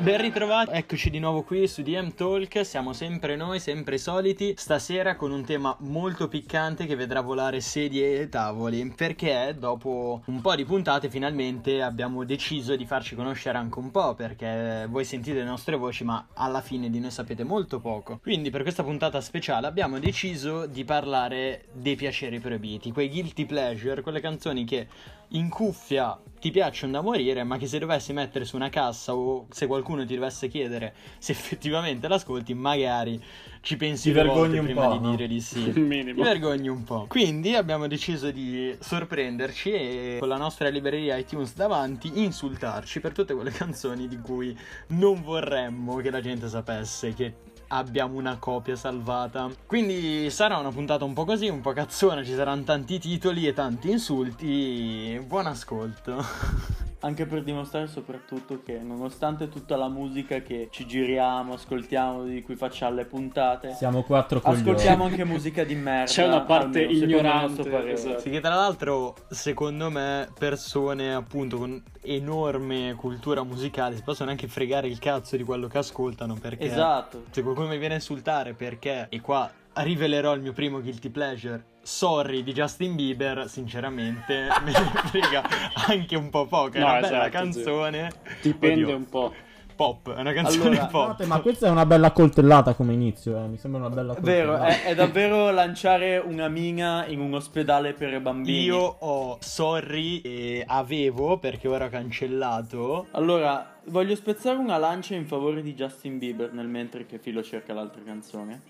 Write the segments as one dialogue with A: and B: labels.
A: Ben ritrovati, eccoci di nuovo qui su DM Talk, siamo sempre noi, sempre soliti, stasera con un tema molto piccante che vedrà volare sedie e tavoli, perché dopo un po' di puntate finalmente abbiamo deciso di farci conoscere anche un po', perché voi sentite le nostre voci ma alla fine di noi sapete molto poco. Quindi per questa puntata speciale abbiamo deciso di parlare dei piaceri proibiti, quei guilty pleasure, quelle canzoni che in cuffia ti piacciono da morire, ma che se dovessi mettere su una cassa o se qualcuno ti dovesse chiedere se effettivamente l'ascolti, magari ci pensi
B: Ti
A: due
B: vergogni
A: volte
B: un
A: prima
B: po',
A: di
B: no?
A: dire di sì.
C: Il
A: Mi
C: minimo.
A: vergogno un po'. Quindi abbiamo deciso di sorprenderci e con la nostra libreria iTunes davanti insultarci per tutte quelle canzoni di cui non vorremmo che la gente sapesse che abbiamo una copia salvata. Quindi sarà una puntata un po' così, un po' cazzona, ci saranno tanti titoli e tanti insulti. Buon ascolto.
C: Anche per dimostrare soprattutto che nonostante tutta la musica che ci giriamo, ascoltiamo, di cui facciamo le puntate,
B: Siamo quattro coglioni.
C: ascoltiamo anche musica di merda.
D: C'è una parte
C: almeno secondo il
D: ignorante,
C: nostro parere.
D: esatto.
A: Sì, che tra l'altro, secondo me, persone appunto con enorme cultura musicale si possono anche fregare il cazzo di quello che ascoltano perché
C: Esatto.
A: se qualcuno Cioè, mi viene a insultare perché e qua rivelerò il mio primo guilty pleasure sorry di Justin Bieber sinceramente me ne frega anche un po' poco è
D: No,
A: una
D: esatto,
A: bella
D: sì.
A: canzone
D: Dipende
A: Oddio,
D: un po'.
A: pop è una canzone
C: Allora,
A: pop
B: ma questa è una bella coltellata come inizio, eh. mi sembra una bella
C: È vero,
B: coltellata.
A: eh.
C: è, è davvero lanciare una mina in un ospedale per bambini.
A: io ho sorry e avevo perché ora ho cancellato
C: Allora, voglio spezzare una lancia in favore di Justin Bieber nel mentre che Filo cerca l'altra canzone.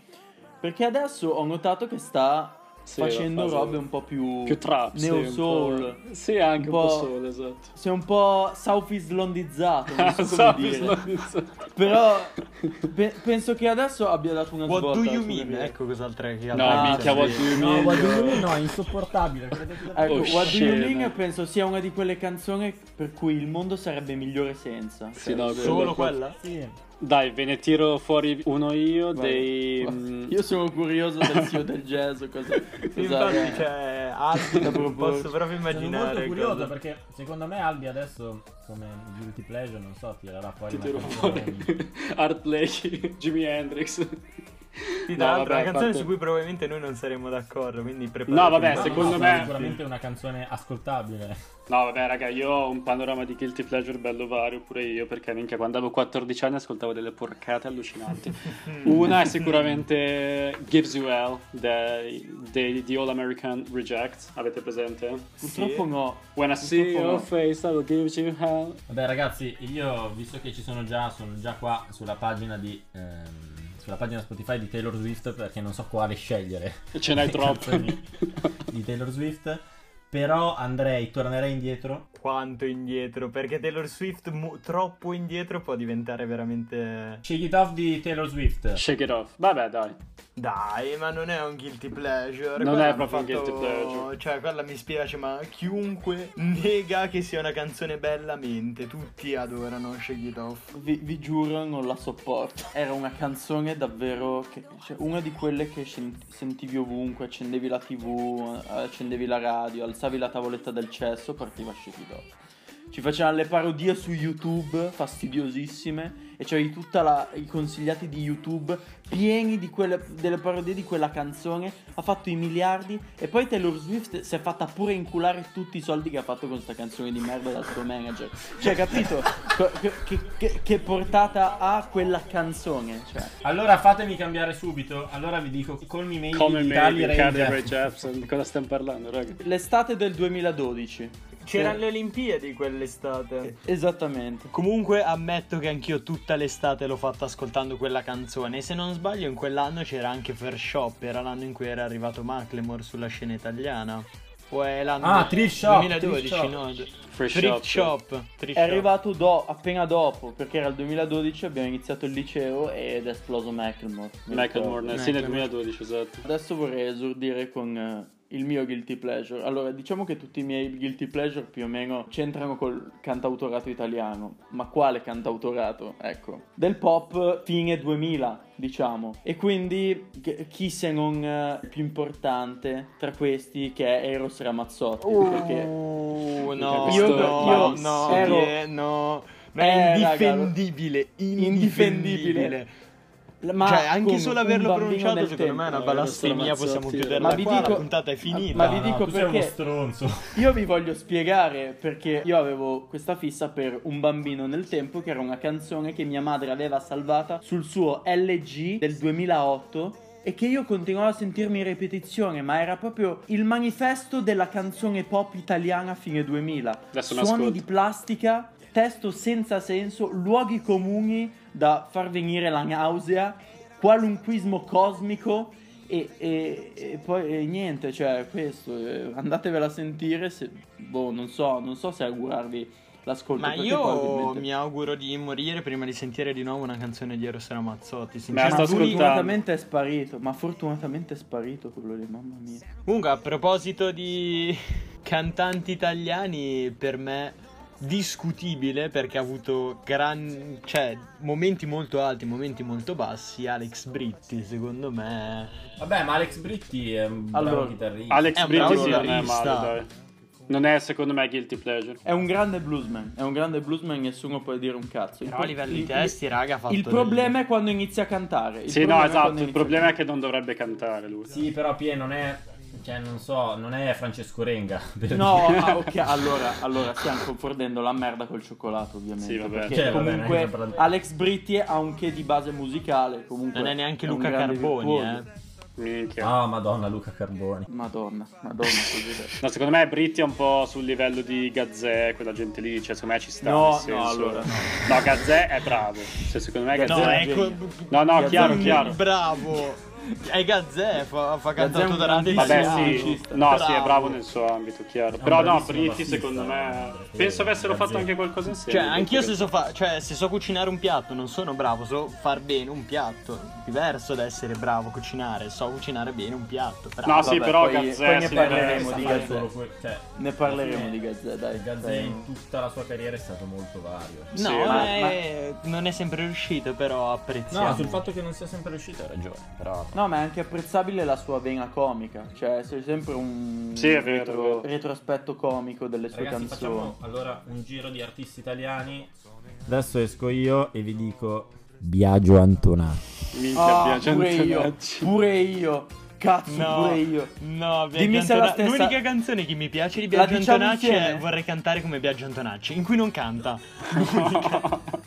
C: Perché adesso ho notato che sta
D: Sì,
C: facendo
D: la fase-
C: robe un po' più...
D: più trap, sì,
C: Neo
D: un po'.
C: soul.
D: Sì, anche
C: Un
D: un
C: po'
D: po', soul, esatto.
C: Sei un po' South Islandizzato, non so come
D: Sapi
C: dire.
D: slonizzato.
C: Però pe- penso che adesso abbia dato una
A: What
C: svolta.
A: do you
C: sulle
A: mean?
C: mie-
A: Ecco cos'altra che
D: No,
A: altra-
D: minchia, what do you
B: No,
D: mean?
B: guarda, lui no, è insopportabile.
A: Eh.
C: Ecco,
D: Oh,
C: What do you
D: scena.
C: mean penso sia una di quelle canzoni per cui il mondo sarebbe migliore senza.
D: Sì, no,
A: Solo
D: quello-
A: quella?
B: Sì.
D: Dai, ve ne tiro fuori uno io
C: Vai.
D: dei...
C: Vai.
D: mm,
C: Io sono curioso del zio del jazz, Esatto. cosa,
D: Esatto.
C: cosa
A: Infatti, cioè, altro
C: Da
A: non
C: proporci.
A: posso proprio
B: Sono molto
A: immaginare.
B: curioso
A: cosa-
B: perché secondo me Albi adesso, come guilty pleasure, non so, tirerà fuori
D: Ti
B: una
D: tiro
B: canzone.
D: fuori Eh, Art Blakey, Jimi Hendrix.
A: Sì,
D: No,
A: tra l'altro, è
D: vabbè,
A: una canzone
D: parte-
A: su cui probabilmente noi non saremo d'accordo. Quindi preparatevi.
D: No, vabbè,
B: No,
D: secondo
B: no,
D: me-
B: ma sicuramente una canzone ascoltabile.
D: No, vabbè, raga, io ho un panorama di guilty pleasure bello vario pure io, perché minchia, quando avevo 14 anni ascoltavo delle porcate allucinanti. Una è sicuramente Gives You Hell dei, dei- di All American Rejects, avete presente?
C: Purtroppo no.
D: When I see
C: Purtroppo no.
D: your face, I will give you hell.
B: Vabbè ragazzi, io visto che ci sono già, sono già qua sulla pagina di ehm, sulla pagina Spotify di Taylor Swift perché non so quale scegliere.
D: Ce n'hai troppe.
B: Canzoni
C: certo.
B: di Taylor Swift, però andrei, tornerei indietro.
A: Quanto indietro? Perché Taylor Swift mo- troppo indietro può diventare veramente.
B: Shake it off di Taylor Swift.
D: Shake it off. Vabbè, dai.
A: Dai, ma non è un guilty pleasure.
D: Non
A: Quella
D: è
A: hanno
D: proprio un guilty pleasure.
A: Cioè, quella mi spiace, ma chiunque nega che sia una canzone bella mente. Tutti adorano Shake It Off.
C: Vi, vi giuro non la sopporto. Era una canzone davvero. Che, cioè, una di quelle che scen- sentivi ovunque, accendevi la tv, eh, accendevi la radio, alzavi la tavoletta del cesso, partiva Shake It Off. Ci facevano le parodie su YouTube, fastidiosissime, e c'avevi tutta la- i consigliati di YouTube pieni di quelle, delle parodie di quella canzone, ha fatto i miliardi, e poi Taylor Swift si è fatta pure inculare tutti i soldi che ha fatto con sta canzone di merda dal suo manager. Cioè, capito? Co- Che, che- che- che portata ha quella canzone? Cioè,
B: Allora fatemi cambiare subito. Allora vi dico call me maybe
D: Come
B: di
D: Mary,
B: Carly Rae
D: Carly Rae
B: Jepsen.
D: Jepsen. Di cosa stiamo parlando, raga?
C: l'estate del 2012.
A: C'erano
C: Sì.
A: le Olimpiadi quell'estate.
C: Eh, Esattamente.
A: Comunque ammetto che anch'io tutta l'estate l'ho fatta ascoltando quella canzone. E se non sbaglio, in quell'anno c'era anche Fair Shop. Era l'anno in cui era arrivato Macklemore sulla scena italiana. O è l'anno
B: Ah,
A: del-
B: Thrift Shop,
A: 2012,
B: Thrift Shop.
A: no?
D: Free
A: Thrift Shop. Thrift
C: È
A: Shop.
C: arrivato do- appena dopo, perché era il 2012, abbiamo iniziato il liceo ed è esploso Macklemore. Mi
D: Michael
C: ricordo.
D: Morner, sì, nel
A: Macklemore.
D: 2012, esatto.
C: Adesso vorrei esordire con eh, il mio guilty pleasure. Allora, diciamo che tutti i miei guilty pleasure più o meno c'entrano col cantautorato italiano. Ma quale cantautorato? Ecco. Del pop fine 2000, diciamo. E quindi che- chi se non eh, il più importante tra questi che è Eros Ramazzotti, perché
A: Uh, no,
D: Io-
A: no,
D: io
A: no,
C: ero-
A: die- no. Ma
C: Eh,
A: è
C: raga,
A: indifendibile, indifendibile.
C: Indifendibile. Ma
A: cioè, anche
C: come
A: solo
C: un
A: averlo
C: bambino
A: pronunciato,
C: nel
A: secondo
C: tempo. eh,
A: me è una
D: no,
A: blasfemia.
D: adesso lo
A: Possiamo
D: ammazzo a
A: chiuderla
C: Ma vi
A: qua. La
C: dico-
A: puntata è finita.
C: Ma vi
B: No,
C: dico
B: tu sei uno
C: perché-
B: stronzo.
C: Io vi voglio spiegare perché io avevo questa fissa per Un bambino nel tempo, che era una canzone che mia madre aveva salvata sul suo LG del 2008 e che io continuavo a sentirmi in ripetizione, ma era proprio il manifesto della canzone pop italiana fine 2000.
D: Adesso mi
C: Suoni
D: ascolto.
C: di plastica, testo senza senso, luoghi comuni da far venire la nausea, qualunquismo cosmico e, e- e poi e niente, cioè questo, eh, andatevela a sentire, se, boh, non so, non so se augurarvi l'ascolto.
A: Ma
C: perché
A: io
C: probabilmente-
A: mi auguro di morire prima di sentire di nuovo una canzone di Eros Ramazzotti.
D: la
C: Ma
D: sto
A: Sinceramente,
D: ascoltando.
C: fortunatamente è sparito, ma fortunatamente è sparito quello lì, mamma mia.
A: Comunque, a proposito di cantanti italiani, per me discutibile perché ha avuto gran- cioè, momenti molto alti, momenti molto bassi. Alex Britti, secondo me.
B: Vabbè, ma Alex Britti è un bravo
C: Allora,
B: chitarrista.
A: È
D: Alex
A: un
D: Britti
A: bravo
D: sì, non è
A: chitarrista.
D: male, dai. Non è secondo me guilty pleasure.
C: È un grande bluesman, è un grande bluesman, nessuno può dire un cazzo. Il
A: Però a
C: pro-
A: livello
C: il-
A: di testi, raga, ha fatto
C: Il problema è quando inizia a cantare. il
D: sì, no,
C: problema è
D: esatto.
C: quando
D: Il
C: inizia a
D: problema è
C: cantare.
D: che non dovrebbe cantare lui.
B: Sì, però Pie non è. Cioè, non so, non è Francesco Renga. per
C: No,
B: dire.
C: ah, ok, allora, allora stiamo confondendo la merda col cioccolato, ovviamente.
D: Sì, vabbè.
C: Perché
B: Cioè, vabbè, non è
C: comunque
B: che parlando-
C: Alex Britti ha un che di base musicale. Comunque
A: Non è neanche
C: un
A: Luca
C: grande
A: Carboni,
C: virtuoso.
A: eh.
D: Minchia.
B: Ah, madonna, Luca Carboni.
C: Madonna, madonna, così è.
D: No, secondo me Britti è un po' sul livello di Gazzè, quella gente lì, cioè secondo me ci sta.
C: No,
D: nel senso-
C: no, allora, no.
D: No, Gazzè è bravo. Cioè, secondo me Gazzè
A: No,
D: è...
C: è-
A: ecco.
D: No, no, chiaro,
A: Mm,
D: chiaro.
A: Bravo. È Gazzè, fa, fa
C: Gazzè è un
A: cantato da radio.
D: Vabbè,
C: Sì,
D: sì,
C: musicista.
D: no, sì, è bravo nel suo ambito, chiaro.
B: È un
D: Però no,
B: bravissimo
D: Britti
B: bassista,
D: secondo me.
B: guarda, perché
D: Penso avessero fatto
B: Gazzè-
D: anche qualcosa insieme.
A: Cioè, anch'io se
D: perché-
A: so, fa- cioè, se so cucinare un piatto non sono bravo, so far bene un piatto. Diverso da essere bravo a cucinare, so cucinare bene un piatto. Bravo.
D: No, Ah, sì,
C: Vabbè,
D: però
C: poi-
D: Gazzè
C: poi
D: sì,
C: ne
D: è
C: parleremo
D: bravo.
C: di
B: Sa fare
C: Gazzè.
B: solo que- cioè,
C: Ne parleremo di Gazzè, dai. Cioè,
B: Gazzè
C: dai.
B: in tutta la sua carriera è stato molto vario.
A: No,
D: Sì,
C: ma-
A: eh, non è sempre riuscito, però
B: No,
A: apprezziamo.
B: sul fatto che non sia sempre riuscito hai ragione, però...
C: No, ma è anche apprezzabile la sua vena comica. Cioè, c'è sempre un
D: Sì, è vero, è vero.
C: retrospetto comico delle sue
B: Ragazzi,
C: canzoni.
B: facciamo allora un giro di artisti italiani. Adesso esco io e vi dico Biagio Antonacci.
D: Minchia,
C: Ah,
D: piace
C: pure io,
D: Antonacci.
C: pure io. Cazzo,
A: No,
C: pure io.
A: no, Biagio
C: Dimmi se è la
A: Antona-
C: stessa-
A: L'unica canzone che mi piace di
C: La
A: Biagio
C: diciamo
A: Antonacci è
C: insieme?
A: Vorrei cantare come Biagio Antonacci, in cui non canta.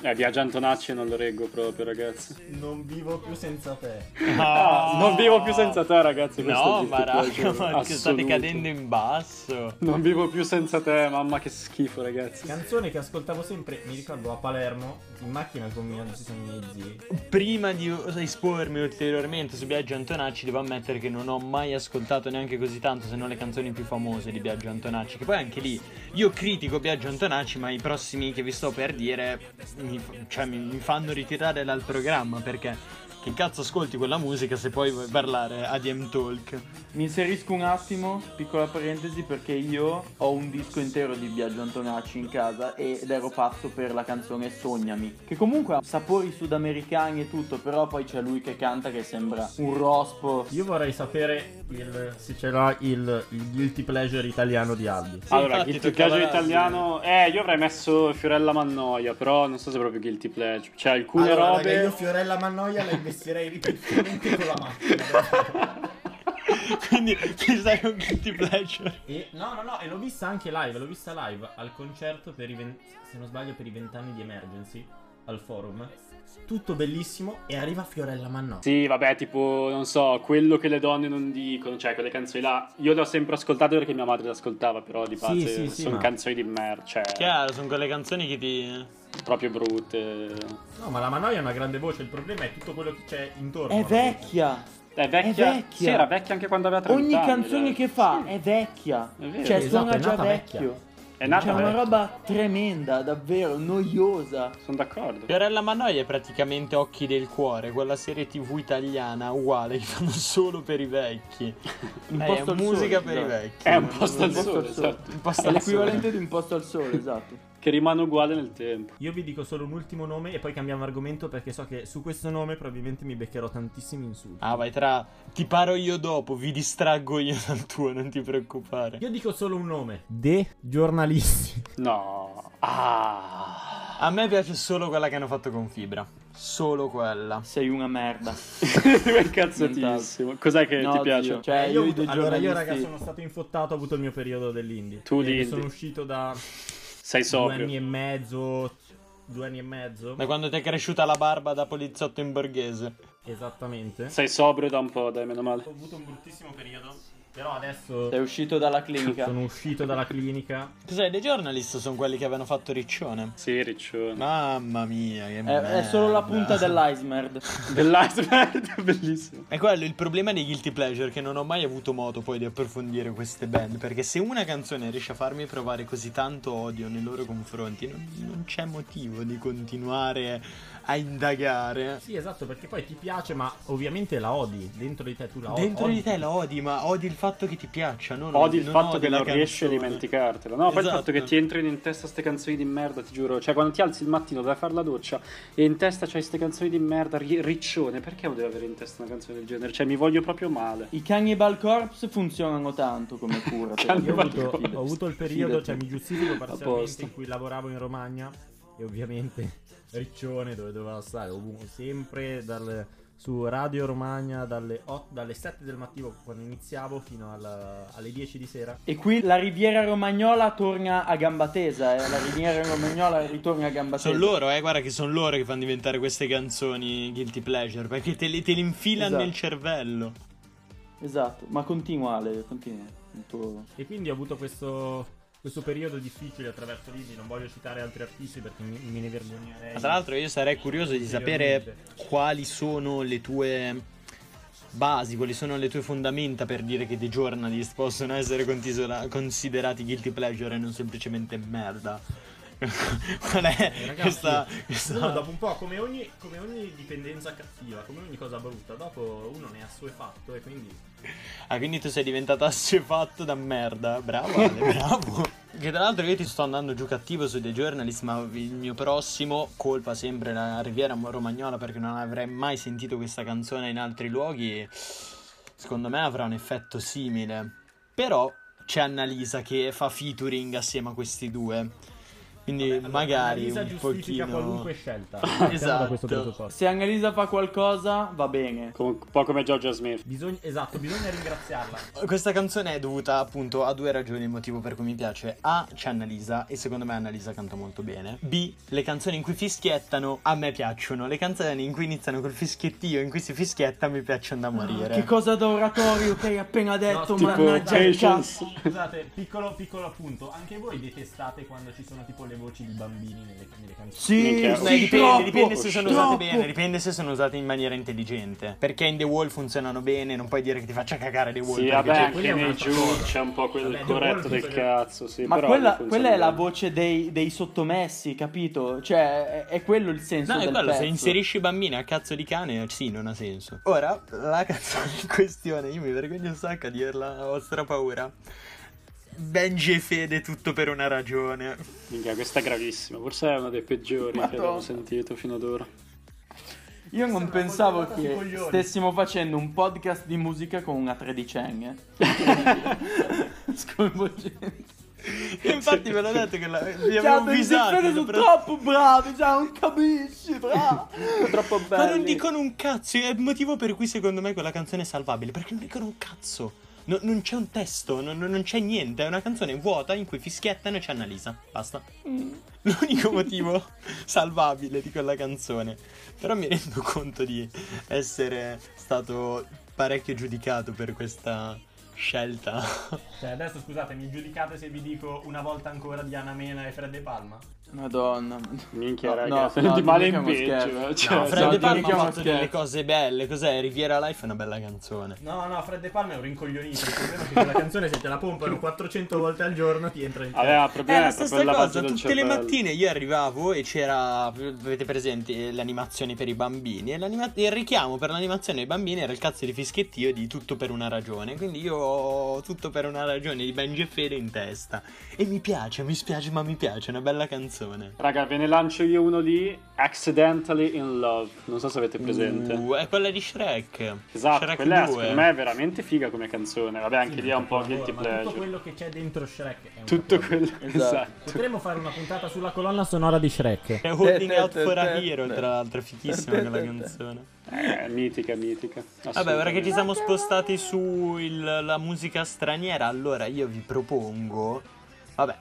D: eh, Biagio Antonacci non lo reggo proprio, ragazzi.
B: Non vivo più senza te.
A: Ah,
D: non vivo più senza te, ragazzi. questo è
A: No,
D: il
A: ma raga,
D: guilty pleasure
A: ma che state
D: assoluto.
A: cadendo in basso.
D: Non vivo più senza te, mamma che schifo, ragazzi.
B: Canzone che ascoltavo sempre, mi ricordo a Palermo, in macchina con mia, ci sono i miei zii.
A: Prima di espormi ulteriormente su Biagio Antonacci, devo ammettere che non ho mai ascoltato neanche così tanto, se non le canzoni più famose di Biagio Antonacci. Che poi anche lì io critico Biagio Antonacci, ma i prossimi che vi sto per dire mi, cioè, mi- mi fanno ritirare dal programma perché. Che cazzo ascolti quella musica se poi vuoi parlare a DM Talk?
C: Mi inserisco un attimo, piccola parentesi, perché io ho un disco intero di Biagio Antonacci in casa ed ero pazzo per la canzone Sognami, che comunque ha sapori sudamericani e tutto, però poi c'è lui che canta che sembra un rospo.
B: Io vorrei sapere il- se ce l'ha il, il guilty pleasure italiano di Albi.
A: Sì,
D: Allora,
A: infatti,
D: guilty
A: toccava
D: pleasure
A: la-
D: italiano. Eh, io avrei messo Fiorella Mannoia, però non so se è proprio guilty pleasure. Cioè, alcune
B: Allora,
D: robe.
B: raga, io Fiorella Mannoia la investirei ripetutamente con la macchina.
A: Quindi mi sai un guilty pleasure.
B: E, no, no, no, e l'ho vista anche live, l'ho vista live al concerto per i ven- se non sbaglio per i vent'anni di Emergency al forum. Tutto bellissimo e arriva Fiorella Mannoia.
D: Sì, vabbè, tipo, non so, quello che le donne non dicono, cioè quelle canzoni là. Io le ho sempre ascoltate perché mia madre le ascoltava, però di
B: Sì,
D: base
B: sì, sì,
D: sono
B: ma-
D: canzoni di merda, cioè,
A: Chiaro, sono quelle canzoni che ti.
D: proprio brutte.
B: No, ma la Mannoia è una grande voce, il problema è tutto quello che c'è intorno.
C: È vecchia!
D: È vecchia.
C: È vecchia.
D: Sì, era vecchia anche quando aveva 30
C: Ogni
D: anni,
C: canzone
D: dai.
C: che fa
D: Sì.
C: è vecchia,
D: È vero.
C: cioè
B: Esatto,
C: suona
B: è
C: già
B: nata vecchia.
C: vecchio.
D: È nata
C: C'è diciamo, una
D: vecchia.
C: roba tremenda, davvero noiosa.
D: Sono d'accordo.
A: Fiorella Mannoia è praticamente Occhi del Cuore, quella serie tv italiana uguale che fanno solo per i vecchi.
C: Un
A: Eh,
C: posto
A: è
C: al
A: musica
C: sole,
A: per i
C: dai.
A: vecchi.
D: È un posto al
C: Un posto
D: sole,
C: al sole.
D: esatto.
A: Un posto
C: È
A: al
C: l'equivalente di un posto al sole, esatto.
D: Che rimane uguale nel tempo.
B: Io vi dico solo un ultimo nome e poi cambiamo argomento perché so che su questo nome probabilmente mi beccherò tantissimi insulti.
A: Ah, vai tra. Ti paro io dopo, vi distraggo io dal tuo, non ti preoccupare.
B: Io dico solo un nome. De giornalisti.
D: No. Ah.
A: A me piace solo quella che hanno fatto con Fibra. Solo quella.
C: Sei una merda.
D: è incazzatissimo. Cos'è che
C: No,
D: ti piace?
C: zio, Cioè,
B: Eh,
C: io,
B: io, ho
C: i
B: avuto-
C: due
B: allora, io,
C: giornalisti-
B: raga, sono stato infottato. Ho avuto il mio periodo dell'indie.
D: Tu
B: Eh,
D: l'indie.
B: Sono uscito da
D: Sei
B: due
D: sobrio.
B: anni e mezzo. Due anni e mezzo.
A: Da quando ti è cresciuta la barba da poliziotto in borghese.
B: Esattamente.
D: Sei sobrio da un po', dai, meno male.
B: Ho avuto un bruttissimo periodo. Però adesso
C: Sei uscito dalla clinica.
B: sono uscito dalla clinica.
A: Cos'è? dei journalist sono quelli che avevano fatto Riccione.
D: Sì, riccione.
A: Mamma mia, che
C: È, è solo la punta dell'iceberg.
D: Dell'iceberg, bellissimo.
A: È quello il problema dei guilty pleasure, che non ho mai avuto modo poi di approfondire queste band, perché se una canzone riesce a farmi provare così tanto odio nei loro confronti, non, non c'è motivo di continuare a indagare.
B: Sì, esatto, perché poi ti piace, ma ovviamente la odi. Dentro di te tu la odi.
A: Dentro di te la odi, ma odi il fatto che ti piaccia, non
D: Odi il
A: non
D: fatto
A: odi
D: che
A: la
D: non riesci a
A: canzone.
D: dimenticartela. No, poi il
A: Esatto.
D: fatto che ti entrino in testa queste canzoni di merda, ti giuro. Cioè, quando ti alzi il mattino, vai a fare la doccia e in testa c'hai queste canzoni di merda, ri- riccione. Perché devo avere in testa una canzone del genere? Cioè, mi voglio proprio male.
C: I cannibal corpse funzionano tanto come cura. te lo
B: Io ho
C: dico,
B: avuto,
C: fidati.
B: ho avuto il periodo,
C: Fidati.
B: cioè mi giustifico
D: posto.
B: parzialmente in cui lavoravo in Romagna e ovviamente Riccione dove doveva stare ovunque, sempre dal- su Radio Romagna dalle, ot- dalle 7 del mattino quando iniziavo fino alla- alle 10 di sera.
C: E qui la riviera romagnola torna a gamba tesa. Eh. La riviera romagnola ritorna a gamba tesa.
A: Sono loro, eh, guarda che sono loro che fanno diventare queste canzoni guilty pleasure, perché te le, te le infilano
C: Esatto.
A: nel cervello.
C: Esatto, ma continua Ale, continua. Il tuo-
B: E quindi ho avuto questo, questo periodo difficile attraverso l'Indy, non voglio citare altri artisti perché mi, me ne vergognerei.
A: Ma tra l'altro io sarei curioso di sapere quali sono le tue basi, quali sono le tue fondamenta per dire che dei journalist possono essere contisora- considerati guilty pleasure e non semplicemente merda. Qual è
B: Eh, ragazzi,
A: questa...
B: Uno
A: questa...
B: dopo un po', come ogni, come ogni dipendenza cattiva, come ogni cosa brutta, dopo uno ne ha assuefatto e quindi
A: Ah, quindi tu sei diventato assuefatto da merda. Bravo, Ale, bravo. Che tra l'altro io ti sto andando giù cattivo su The Journalist, ma il mio prossimo colpa sempre la Riviera Romagnola perché non avrei mai sentito questa canzone in altri luoghi e secondo me avrà un effetto simile. Però c'è Annalisa che fa featuring assieme a questi due. Quindi
B: Allora,
A: magari
B: Annalisa
A: un
B: giustifica
A: pochino...
B: qualunque scelta. Partiamo
A: Esatto.
B: da questo presupposto.
C: Se Annalisa fa qualcosa, va bene.
D: Com- un po' come Georgia Smith.
B: Bisogna, esatto, bisogna ringraziarla.
A: Questa canzone è dovuta appunto a due ragioni, il motivo per cui mi piace. A, c'è Annalisa e secondo me Annalisa canta molto bene. B, le canzoni in cui fischiettano a me piacciono, le canzoni in cui iniziano col fischiettio, in cui si fischietta mi piacciono da morire.
C: Ah, Che cosa da oratorio che hai appena detto,
B: tipo
C: mannaggia il
D: Patience.
C: cazzo.
B: Scusate, piccolo, piccolo appunto, anche voi detestate quando ci sono tipo le voci di bambini nelle, nelle canzoni.
C: Sì,
D: Minchia,
A: Beh,
C: sì,
A: Cioè, dipende,
C: troppo,
A: dipende se sono
C: troppo.
A: usate bene, dipende se sono usate in maniera intelligente. Perché in The Wall funzionano bene, non puoi dire che ti faccia cagare The Wall.
D: Sì,
A: perché
D: vabbè,
A: c'è-
B: quella
D: anche
B: è
D: nei
B: un'altra
D: giù
B: cosa.
D: c'è un po' quel
B: Vabbè,
D: corretto
B: devo-
D: del cazzo. Sì,
C: Ma
D: però
C: quella,
D: non funziona
C: quella è la
D: bene.
C: voce dei, dei sottomessi, capito? Cioè, è, è quello il senso
A: No, è
C: del
A: quello,
C: pezzo.
A: se inserisci bambini a cazzo di cane, sì, non ha senso. Ora, la canzone in questione, io mi vergogno un sacco a dirla, ho stra paura. Benji e Fede, tutto per una ragione.
D: Minchia, questa è gravissima. Forse è una dei peggiori che
C: Madonna.
D: abbiamo sentito fino ad ora.
C: Io non
B: Sembra
C: pensavo
B: coltivata sui
C: che
B: coglioni.
C: stessimo facendo un podcast di musica con una tredicenne. Sconvolgente.
A: E infatti ve l'ho detto che la, vi
C: Cioè,
A: avevo avvisato.
C: sono
A: l'ho preso-
C: troppo bravi, cioè, non capisci, bravo.
D: Troppo bello.
A: Ma non dicono un cazzo, è il motivo per cui secondo me quella canzone è salvabile, perché non dicono un cazzo. No- non c'è un testo, non, non- non c'è niente, è una canzone vuota in cui fischiettano e c'è Annalisa. Basta. L'unico motivo salvabile di quella canzone. Però mi rendo conto di essere stato parecchio giudicato per questa scelta.
B: Cioè, adesso scusate, mi giudicate se vi dico una volta ancora di Anna Mena e Fred De Palma?
C: Madonna.
D: Minchia,
C: No,
D: raga,
C: no, no,
D: di male
C: mica
D: in
C: uno
D: peggio.
C: scherzo.
D: eh. Cioè,
C: No, Fred
D: esatto.
A: Fred
C: De
A: De
C: ti Palma ha
A: Palma ha fatto
C: richiamo fatto scherzo.
A: delle
C: delle
A: cose belle, cos'è? Riviera Life è una bella canzone.
B: No, no, Fred De Palma è un rincoglionito. Il problema è che quella canzone se te la pompano 400 volte al giorno ti entra in testa.
D: Aveva
A: È
D: problemi
A: la stessa cosa, tutte le mattine io arrivavo e c'era, avete presente l'animazione per i bambini e l'anima- il richiamo per l'animazione dei bambini era il cazzo di fischiettio di tutto per una ragione, quindi io ho tutto per una ragione di Ben Fede in testa. E mi piace, mi spiace, ma mi piace, è una bella canzone.
D: Raga, ve ne lancio io uno lì, Accidentally in Love. Non so se avete presente.
A: Uh, è quella di Shrek.
D: esatto,
A: Shrek
D: quella
A: 2.
D: secondo me è veramente figa come canzone. Vabbè, anche
B: Sì,
D: lì è un po'
B: capolavoro,
D: guilty
B: ma Tutto
D: pleasure.
B: quello che c'è dentro Shrek è un
D: Tutto
B: capolavoro.
D: quello,
C: Esatto.
D: esatto.
B: Potremmo fare una puntata sulla colonna sonora di Shrek.
A: È Holding
C: Te, te,
A: Out
C: te,
A: for a
C: te,
A: Hero,
C: te.
A: tra l'altro, è fichissima
C: Te,
A: quella
C: te, te.
A: canzone.
D: Eh, mitica, mitica.
A: Vabbè, ora che
D: Assolutamente.
A: ci siamo spostati sulla musica straniera, allora io vi propongo, vabbè,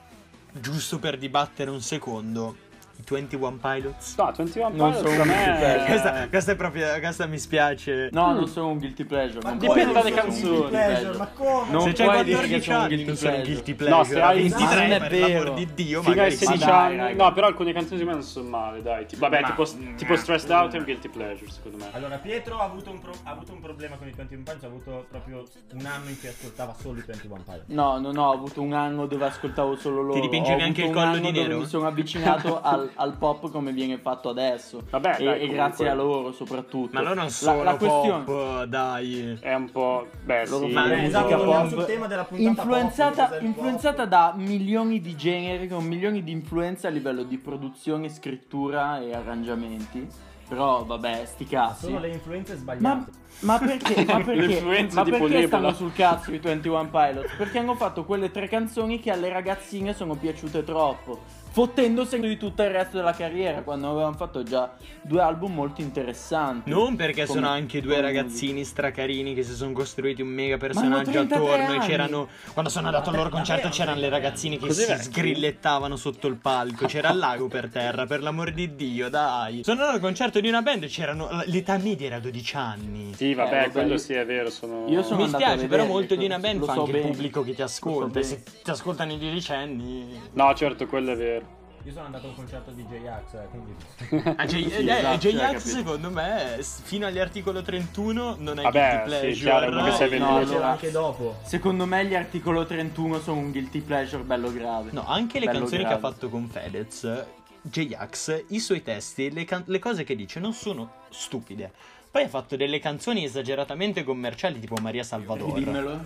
A: giusto per dibattere un secondo, i 21 Pilots.
D: No, 21
C: Non
D: Pilots
C: sono
D: da
C: guilty
D: me...
C: pleasure.
A: Questa, questa è proprio, questa mi spiace.
C: Eh. No, non sono un guilty pleasure. non
D: dipende
C: puoi
D: dalle
C: dire che sono un guilty
D: canzoni.
C: pleasure.
B: ma come?
C: No.
A: Se
C: non
A: c'hai
C: puoi dire che
A: 14
C: sono un
A: anni
C: guilty
A: non sono un
C: pleasure.
A: guilty
D: No, se
A: pleasure,
D: hai-
A: 23
C: non è
A: per l'amor
C: vero.
A: di Dio,
D: Fino ai
A: magari
D: 16
C: Ma dai,
D: anni.
C: raga.
D: diciamo- No, però alcune canzoni di me non sono male, dai. Tipo, vabbè,
A: Ma-
D: tipo,
C: mm, eh.
D: tipo Stressed Out è un guilty pleasure, secondo me.
B: Allora, Pietro ha avuto, un pro- ha avuto un problema con i 21 Pilots, ha avuto proprio un anno in cui ascoltava solo i 21 Pilots.
C: No, no, no, ho avuto un anno dove ascoltavo solo loro.
A: dipingevi
C: Ho avuto
A: anche il
C: un
A: collo
C: anno
A: di
C: dove
A: nero?
C: Mi sono avvicinato al, al pop come viene fatto adesso.
D: Vabbè,
C: e,
D: dai,
C: e
D: comunque.
C: grazie a loro soprattutto.
A: Ma loro
C: La-
A: non sono
C: la questione-
A: pop, dai.
D: È un po'... Beh,
B: Eh,
C: Loro
D: sì.
C: Ma
A: fanno
D: è un
A: esatto,
D: po'-
A: torniamo
B: sul tema della puntata pop,
C: influenzata,
B: cos'è il
C: influenzata
B: pop?
C: da milioni di generi con milioni di influenze a livello di produzione, scrittura e arrangiamenti. Però vabbè, sti cazzi.
B: Sono le influenze
C: Ma,
B: sbagliate.
C: ma perché, ma perché,
D: L'influenza
C: ma
D: di
C: perché
D: Polibola.
C: stanno sul cazzo i 21 Pilots? Perché hanno fatto quelle tre canzoni che alle ragazzine sono piaciute troppo, fottendosene di tutto il resto della carriera, quando avevano fatto già due album molto interessanti.
A: Non perché
C: Come-
A: sono anche due
C: come-
A: ragazzini stracarini che si sono costruiti un mega
C: hanno
A: personaggio
C: 33
A: attorno e
C: anni.
A: c'erano quando sono andato al loro concerto c'erano le ragazzine che
D: Così
A: si
D: vecchi?
A: sgrillettavano sotto il palco, c'era il lago per terra, per l'amor di Dio, dai. Sono andato al concerto di una band e c'erano l'età media era 12 anni.
D: Sì,
C: Eh,
D: vabbè,
C: vabbè,
D: quello
C: io-
D: sì, è vero, sono...
C: Io sono
A: Mi
C: andato a
A: spiace, però
C: vedere,
A: molto di
C: lo-
A: una band
C: lo
A: fa
C: so
A: anche il
C: bene.
A: pubblico che ti ascolta.
C: bene.
A: e Se ti ascoltano i dodicenni.
D: No, certo, quello è vero.
B: Io sono andato a un concerto di J-Ax, eh, quindi...
A: Ah, J-
C: Sì,
A: eh,
C: esatto,
A: J-Ax,
C: cioè, capito.
A: secondo me s- fino all'articolo 31 non è
D: Vabbè,
A: guilty
D: sì, chiaro,
A: pleasure.
D: come sei
C: No,
D: venduto.
C: allora-
B: C'era anche dopo.
C: Secondo me gli articolo 31 sono un guilty pleasure bello grave.
A: No, anche le
C: Bello
A: canzoni che
C: grave.
A: ha fatto con Fedez, J-Ax, i suoi testi, le, can- le cose che dice non sono stupide. Poi ha fatto delle canzoni esageratamente commerciali tipo Maria Salvador.
C: Ridimmelo,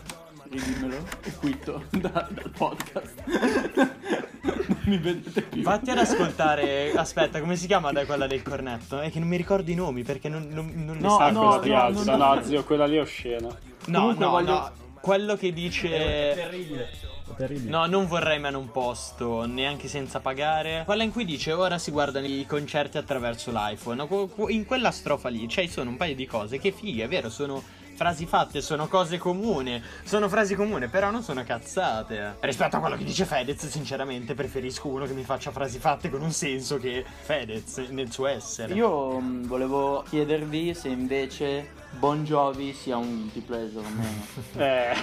C: ridimmelo e quitto da- dal podcast. non mi vedete più.
A: Vatti ad ascoltare, aspetta, come si chiama dai, quella del cornetto? È che non mi ricordo i nomi perché non, non, non li
C: No,
A: sa.
D: Ah,
C: no,
D: quella di
C: no,
D: Alza,
C: no,
D: no,
C: no.
D: zio, quella lì è oscena.
A: No,
C: comunque
A: no,
C: voglio-
A: no. Quello che
B: È
A: dice...
B: terribile. È terribile.
A: Eh, No, non vorrei ma non posto, neanche senza pagare. Quella in cui dice ora si guardano i concerti attraverso l'iPhone. Qu- qu- In quella strofa lì, cioè, sono un paio di cose che fighe, è vero, sono frasi fatte, sono cose comune. Sono frasi comune, però non sono cazzate. Rispetto a quello che dice Fedez, sinceramente preferisco uno che mi faccia frasi fatte con un senso che Fedez nel suo
D: Eh,
A: essere.
C: Io mh, volevo chiedervi se invece Bon Jovi sia un guilty pleasure o meno.
D: Eh,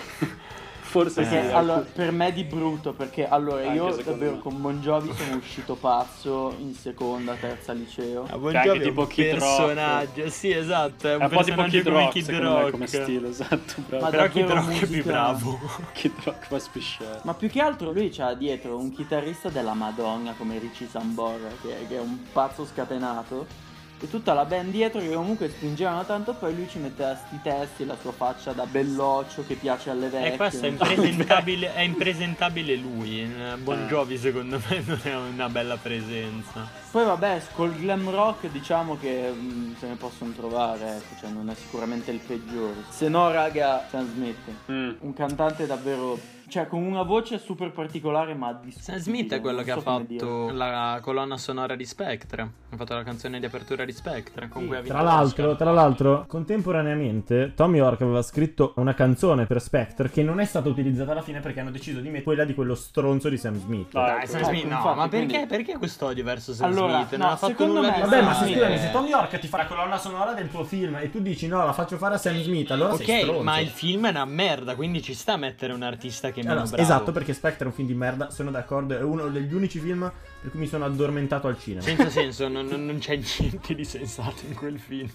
D: forse sì.
C: Perché
D: eh.
C: allora, per me è di brutto, perché allora
D: Anche
C: io
D: secondo
C: davvero
D: me.
C: con Bon Jovi sono uscito pazzo in seconda, terza liceo.
A: Ah, Bon
D: Cioè, Anche
A: Jovi è
D: tipo
A: un
D: Kid Rock.
A: personaggio, sì esatto, è un,
D: È un po' tipo
A: personaggio
D: Kid
A: come
D: Rock,
A: Kid
D: secondo me,
A: Rock.
D: come stile, esatto, bravo.
C: Ma
A: Però Kid
C: Davvero
A: Rock è più
C: musica.
A: bravo.
D: Kid Rock fa spisciare.
C: Ma più che altro lui c'ha dietro un chitarrista della Madonna come Richie Sambora, che, che è un pazzo scatenato. E tutta la band dietro che comunque spingevano tanto, poi lui ci metteva sti testi, la sua faccia da belloccio che piace alle vecchie.
A: E questo è
C: non so.
A: impresentabile, è impresentabile lui. eh, Bon Jovi secondo me non è una bella presenza.
C: Poi vabbè, col glam rock diciamo che mh, se ne possono trovare, ecco, cioè non è sicuramente il peggiore. Se no, raga, Sam Smith.
D: Mm.
C: Un cantante davvero... Cioè, con una voce super particolare, ma di
A: Sam Smith è quello che ha fatto la colonna sonora di Spectre. Ha fatto la canzone di apertura di Spectre. Con
B: Sì,
A: cui ha vinto
B: tra l'altro,
A: l'Oscar.
B: tra l'altro, contemporaneamente Tommy York aveva scritto una canzone per Spectre che non è stata utilizzata alla fine perché hanno deciso di mettere quella di quello stronzo di Sam Smith.
D: Dai,
A: Dai, Sam
D: ecco.
A: Smith, no,
C: Infatti,
A: ma perché,
C: quindi-
A: perché quest'odio verso Sam
C: Allora,
A: Smith? Non
C: no,
A: ha fatto
C: secondo
A: nulla
C: me-
A: di
B: Vabbè, ma
A: male.
B: se
C: Sì,
B: scusami,
C: eh.
B: se Tom York ti farà colonna sonora del tuo film e tu dici no, la faccio fare a Sam Smith, allora sei
A: Ok,
B: stronzo.
A: ma il film è una merda, quindi ci sta a mettere un artista
C: Eh,
A: che è meno
B: Allora,
A: bravo.
B: esatto, perché Spectre è un film di merda, sono d'accordo, è uno degli unici film per cui mi sono addormentato al cinema.
A: Senza senso, non, non- non c'è niente di sensato in quel film.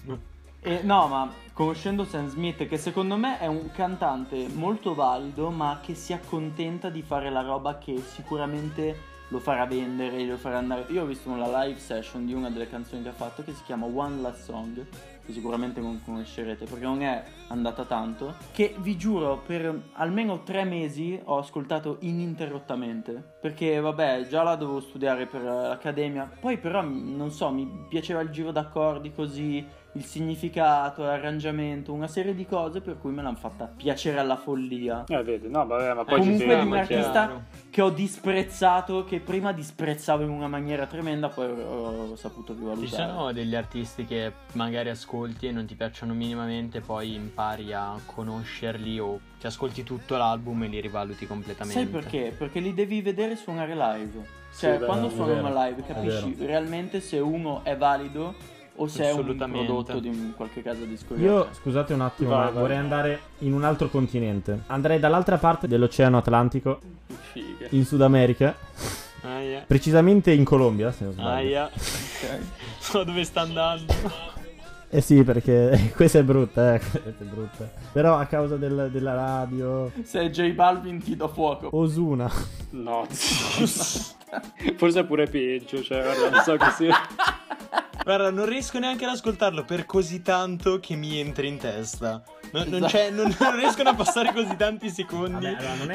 C: E no, ma conoscendo Sam Smith, che secondo me è un cantante molto valido, ma che si accontenta di fare la roba che sicuramente lo farà vendere, lo farà andare. Io ho visto una live session di una delle canzoni che ha fatto che si chiama One Last Song. che sicuramente non conoscerete perché non è andata tanto, che vi giuro per almeno tre mesi ho ascoltato ininterrottamente, perché vabbè già la dovevo studiare per eh, l'accademia, poi però m- non so, mi piaceva il giro d'accordi così, il significato, l'arrangiamento, una serie di cose per cui me l'hanno fatta piacere alla follia
D: Eh, vedi, no, vabbè, ma poi
C: Comunque
D: ci
C: di un
D: siamo.
C: artista-
D: cioè-
C: che ho disprezzato, che prima disprezzavo in una maniera tremenda, poi ho, ho saputo rivalutare.
A: Ci sono degli artisti che magari ascolti e non ti piacciono minimamente, poi impari a conoscerli o ti ascolti tutto l'album e li rivaluti completamente.
C: Sai perché? Perché li devi vedere suonare live. Cioè,
B: Sì, beh,
C: quando
B: è
C: suona
B: vero,
C: una live
B: è
C: capisci
B: vero.
C: realmente se uno è valido o se è un
A: Assolutamente.
C: prodotto di un- qualche casa discografica.
B: Io, scusate un attimo,
D: Vai,
B: ma
D: vai.
B: vorrei andare in un altro continente. Andrei dall'altra parte dell'Oceano Atlantico,
D: Figa.
B: in Sud America,
A: Aia.
B: precisamente in Colombia, se non sbaglio.
A: Aia. So dove sta andando.
B: Eh sì, perché questa è brutta, eh, questa è brutta. Però a causa del- della radio...
C: Se J Balvin ti do fuoco.
B: Oh, Osuna.
D: No, forse è pure peggio, cioè, guarda, non so che sia.
A: Guarda, non riesco neanche ad ascoltarlo per così tanto che mi entri in testa. Non, non c'è- non- non riescono a passare così tanti secondi.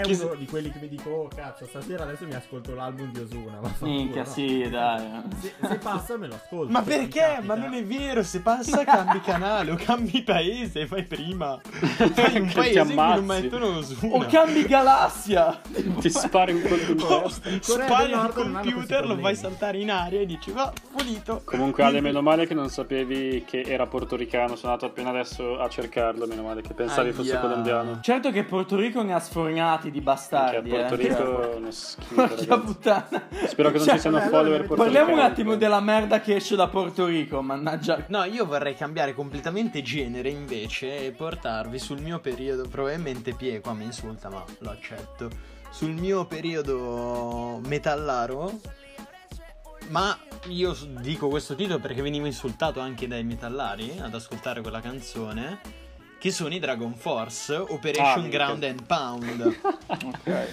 A: che se-
B: di quelli che mi dico, oh cazzo, stasera adesso mi ascolto l'album di Osuna.
C: Minchia, sì, dai.
B: Se, se passa me lo ascolto.
A: Ma
B: se mi
A: perché?
B: capita.
A: Ma non è vero, se passa cambi canale o cambi paese, fai prima. Fai un
D: Che
A: paese
D: ti
A: in cui non
D: ammazzi.
A: mettono Osuna.
C: O cambi galassia!
D: Ti spari un colpo in testa.
B: Corea
A: Spari
B: del
A: al
B: Nord non hanno questi
A: computer, lo
B: problemi.
A: fai saltare in aria e dici va, pulito.
D: Comunque Ale, meno male che non sapevi che era portoricano, sono andato appena adesso a cercarlo, meno male che pensavi fosse
A: Aia.
D: colombiano.
C: Certo che Porto Rico ne ha sfornati di
D: Che a
C: bastardi,
D: Porto
C: eh.
D: Rico è uno schifo,
C: Porca
D: ragazzi.
C: puttana.
D: Spero che non
C: Cioè,
D: ci siano
B: vabbè,
D: follower
B: allora,
D: portoricani.
C: Parliamo un attimo della merda che esce da Porto Rico, mannaggia.
A: No, io vorrei cambiare completamente genere invece e portarvi sul mio periodo, probabilmente Pie qua mi insulta ma lo accetto, sul mio periodo metallaro, ma io s- dico questo titolo perché venivo insultato anche dai metallari eh, ad ascoltare quella canzone, che sono i Dragon Force,
D: Ah,
A: Operation
D: minchia.
A: Ground and Pound,
C: Ok.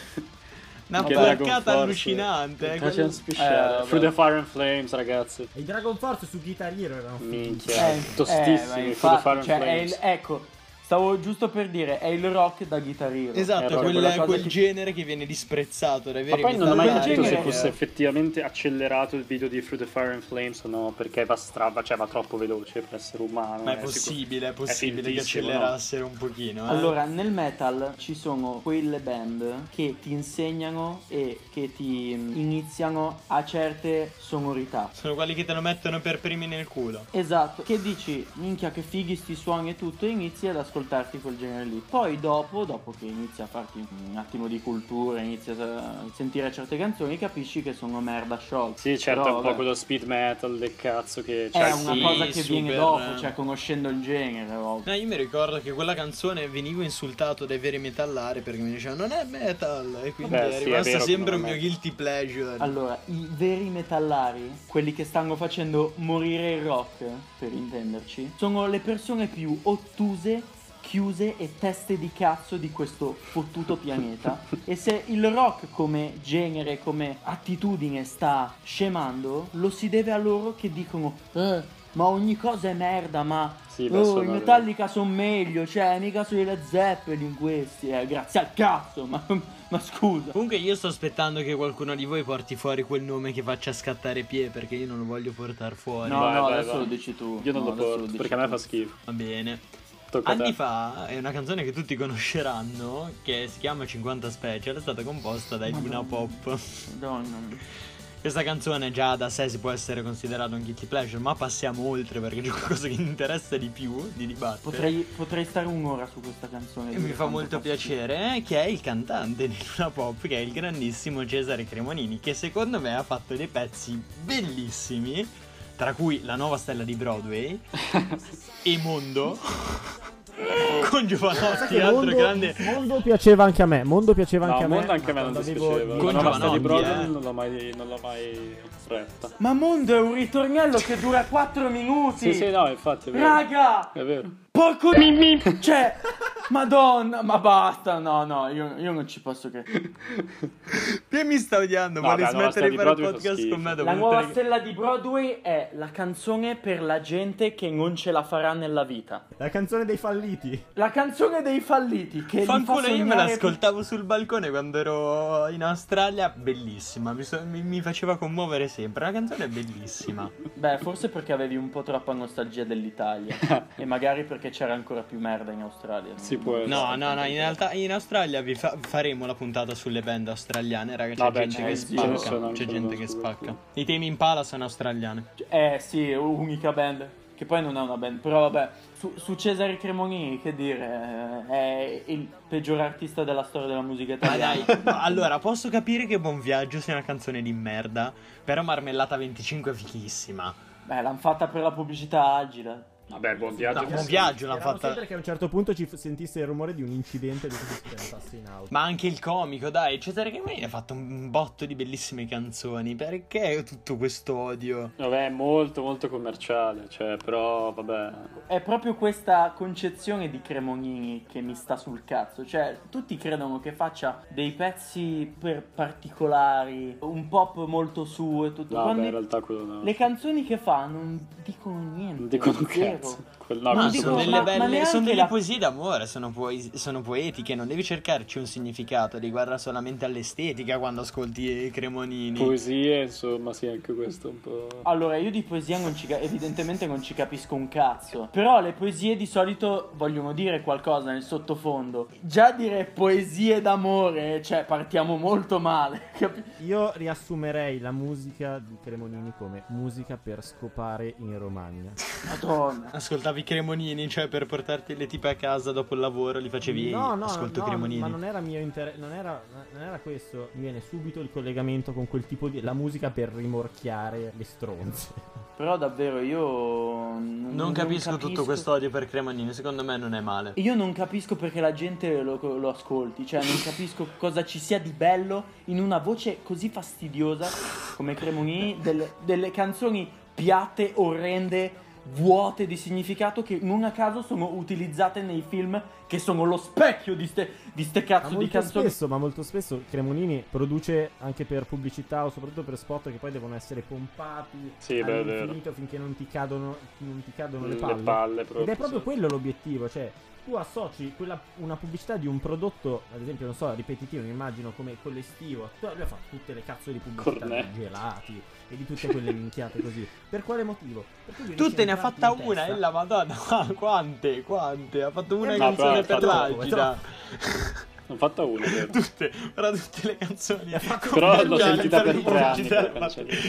A: una
D: Che Dragon
A: porcata
D: Force.
A: allucinante. eh,
D: Touch
A: quello-
D: and special.
C: Eh,
D: Through the Fire and Flames, ragazzi.
B: I Dragon Force su Guitar Hero erano
D: Minchia,
C: Eh,
D: Cioè, tostissimi.
C: eh, ma
D: Through the Fire
C: infatti,
D: and
C: cioè, è
D: Flames.
C: il- ecco, stavo giusto per dire, è il rock da chitarrino.
D: Eh,
A: Esatto,
D: proprio
A: quel,
D: quella
C: cosa
A: quel
C: che-
A: genere che viene disprezzato dai
D: Ma
A: veri
D: poi non ho mai
A: metallari.
D: capito se
C: genere-
D: fosse effettivamente accelerato il video di Through the Fire and Flames o no, perché va strava, cioè va troppo veloce per essere umano.
A: Ma è
D: eh,
A: possibile, è possibile che
D: fintissimo,
A: accelerassero un pochino. eh.
C: Allora, nel metal ci sono quelle band che ti insegnano e che ti iniziano a certe sonorità.
A: Sono quelli che te lo mettono per primi nel culo.
C: Esatto, che dici, minchia che fighi sti suoni e tutto, e inizi ad ascoltarti quel genere lì. Poi dopo, dopo che inizi a farti un attimo di cultura, inizi a sentire certe canzoni, capisci che sono merda sciolta.
D: Sì, certo,
C: Però,
D: è un po'
C: vabbè, Eh,
D: quello speed metal del cazzo che
C: È
D: cioè,
C: una
A: sì,
C: cosa che viene
A: super,
C: dopo,
A: eh.
C: cioè conoscendo il genere, ovvio.
A: No, io mi ricordo che quella canzone venivo insultato dai veri metallari perché mi dicevano non è metal e quindi
D: Beh,
A: è
D: sì, è
A: rimasto
D: vero che
A: sempre un
D: non è
A: mio
D: metal.
A: guilty pleasure.
C: Allora, i veri metallari, quelli che stanno facendo morire il rock, per intenderci, sono le persone più ottuse, chiuse e teste di cazzo di questo fottuto pianeta. e se il rock come genere, come attitudine sta scemando, lo si deve a loro che dicono "Eh, ma ogni cosa è merda, ma
D: Sì, beh,
C: oh,
D: sono
C: i
D: vero.
C: Metallica sono meglio, cioè mica sono i Led Zeppelin questi, eh, grazie al cazzo, ma, ma scusa.
A: Comunque io sto aspettando che qualcuno di voi porti fuori quel nome che faccia scattare pie perché io non lo voglio portare fuori.
C: No,
D: Vai,
C: no,
D: vai,
C: adesso
D: vai.
C: lo dici tu.
D: Io non
C: No,
D: lo
C: adesso
D: porto
C: dici
D: perché a me
C: tu.
D: fa schifo.
A: Va bene.
D: Tocca a te.
A: Anni fa è una canzone che tutti conosceranno che si chiama 50 Special, è stata composta dai Luna
C: Madonna.
A: Pop.
C: Madonna.
A: Questa canzone già da sé si può essere considerata un guilty pleasure, ma passiamo oltre perché c'è qualcosa che mi interessa di più di dibattere.
C: Potrei, potrei stare un'ora su questa canzone.
A: E mi fa
C: Tanto
A: molto
C: schifo.
A: piacere eh, che è il cantante di Luna Pop, che è il grandissimo Cesare Cremonini, che secondo me ha fatto dei pezzi bellissimi, tra cui La nuova stella di Broadway e Mondo.
C: Oh.
A: con Giovanotti, altro
B: Mondo,
A: grande
B: Mondo piaceva anche a me. Mondo piaceva
D: No,
B: anche a me.
D: Mondo anche a me non
B: quando
D: dispiaceva.
A: Con
D: No, ma sta
A: Giovanotti,
D: di Broadway
A: eh.
D: non l'ho mai, non l'ho mai retta.
C: Ma Mondo è un ritornello che dura 4 minuti.
D: Sì, sì, no, infatti è vero.
C: Raga!
D: È vero.
C: Porco mi mi Cioè Madonna Ma basta No no Io, io non ci posso credere
A: Te mi sta odiando,
D: No,
A: vuole
D: beh, no, la
A: smettere
D: storia
A: di
D: di
A: fare
D: Broadway fa
A: podcast
D: schifo.
A: con me dopo
C: La nuova
A: tutte le-
C: stella di Broadway È la canzone per la gente Che non ce la farà nella vita
B: La canzone dei falliti.
C: La canzone dei falliti Che li fa
A: Fanculo, io me
C: sognare-
A: l'ascoltavo sul balcone quando ero in Australia, bellissima, mi, so- mi- mi faceva commuovere sempre, la canzone è bellissima.
C: Beh forse perché avevi un po' troppa nostalgia dell'Italia E magari perché c'era ancora più merda in Australia
D: Si può
A: No, no, no, in realtà in Australia vi fa- faremo la puntata sulle band australiane, raga, c'è
D: Vabbè,
A: gente
D: ce
A: che
D: ne
A: spacca,
D: sono anche
A: c'è gente
D: loro,
A: che
D: sicuro.
A: spacca. I temi in pala sono australiane.
C: Eh sì, unica band. Che poi non è una band, però vabbè. Su, su Cesare Cremonini, che dire, eh, è il peggior artista della storia della musica
A: Ma
C: italiana.
A: dai, allora, posso capire che Buon Viaggio sia una canzone di merda, però Marmellata 25 è fichissima.
C: Beh, l'hanno fatta per la pubblicità agila.
D: Vabbè, buon
A: No,
D: viaggio.
A: buon viaggio l'hanno
B: Eravamo
A: fatta...
B: sempre che a un certo punto ci f- sentisse il rumore di un incidente e lui si spaventasse in auto.
A: Ma anche il comico, dai, Cesare Cremonini ha fatto un botto di bellissime canzoni. Perché tutto questo odio?
D: Vabbè, è molto, molto commerciale. Cioè, però, vabbè.
C: È proprio questa concezione di Cremonini che mi sta sul cazzo. Cioè, tutti credono che faccia dei pezzi per particolari, un pop molto suo e tutto.
D: No,
C: Quando
D: beh,
C: i-
D: in realtà quello no.
C: Le canzoni che fa non dicono niente.
D: Non dicono un
C: zero.
D: cazzo. Quel- no,
A: ma
D: non
C: dico-
A: sono delle,
C: ma- ma
A: belle,
C: neanche
A: sono delle
C: la-
A: poesie d'amore, sono, poes- sono poetiche, non devi cercarci un significato, riguarda solamente all'estetica quando ascolti i Cremonini.
D: Poesie, insomma, sì, anche questo è un po'.
C: Allora, io di poesia non ci ca- evidentemente non ci capisco un cazzo. Però le poesie di solito vogliono dire qualcosa nel sottofondo. Già dire poesie d'amore, cioè partiamo molto male. capi-
B: Io riassumerei la musica di Cremonini come musica per scopare in Romagna.
C: Madonna.
A: Ascoltavi i Cremonini, cioè per portarti le tipe a casa dopo il lavoro, li facevi
B: no, no,
A: ascolto
B: no,
A: Cremonini.
B: ma non era mio interesse, non era, non era questo. Mi viene subito il collegamento con quel tipo di... la musica per rimorchiare le stronze.
C: Però davvero io non,
A: Non capisco tutto questo odio per Cremonini, secondo me non è male.
C: Io non capisco perché la gente lo, lo ascolti, cioè non capisco cosa ci sia di bello in una voce così fastidiosa come Cremonini, delle, delle canzoni piatte, orrende, vuote di significato che non a caso sono utilizzate nei film che sono lo specchio di ste, di ste
B: Ma
C: cazzo di
B: molto,
C: canzoni.
B: spesso, ma molto spesso Cremonini produce anche per pubblicità o soprattutto per spot che poi devono essere pompati
D: Sì, beh, è vero.
B: all'infinito finché non ti cadono, non ti cadono le
D: Le
B: palle.
D: palle, proprio.
B: Ed è proprio
D: sì.
B: quello l'obiettivo, cioè tu associ quella- una pubblicità di un prodotto, ad esempio, non so, ripetitivo, mi immagino come quello estivo. Tu- Lui ha fatto tutte le cazzo di pubblicità
D: Cornetto.
B: di gelati e di tutte quelle minchiate così. Per quale motivo? Perché lui riesce
A: Tu te
B: a
A: ne ha
B: entrarti
A: fatta
B: in
A: una, eh.
B: testa.
A: e la madonna, Ah, quante, quante, ha fatto una
B: Eh,
D: ma
A: canzone
D: però,
A: per
D: troppo,
A: l'agita.
D: Ne ho fatta una, vero?
A: Tutte, ora tutte le canzoni.
D: Eh, Però l'ho sentita per
B: tre anni,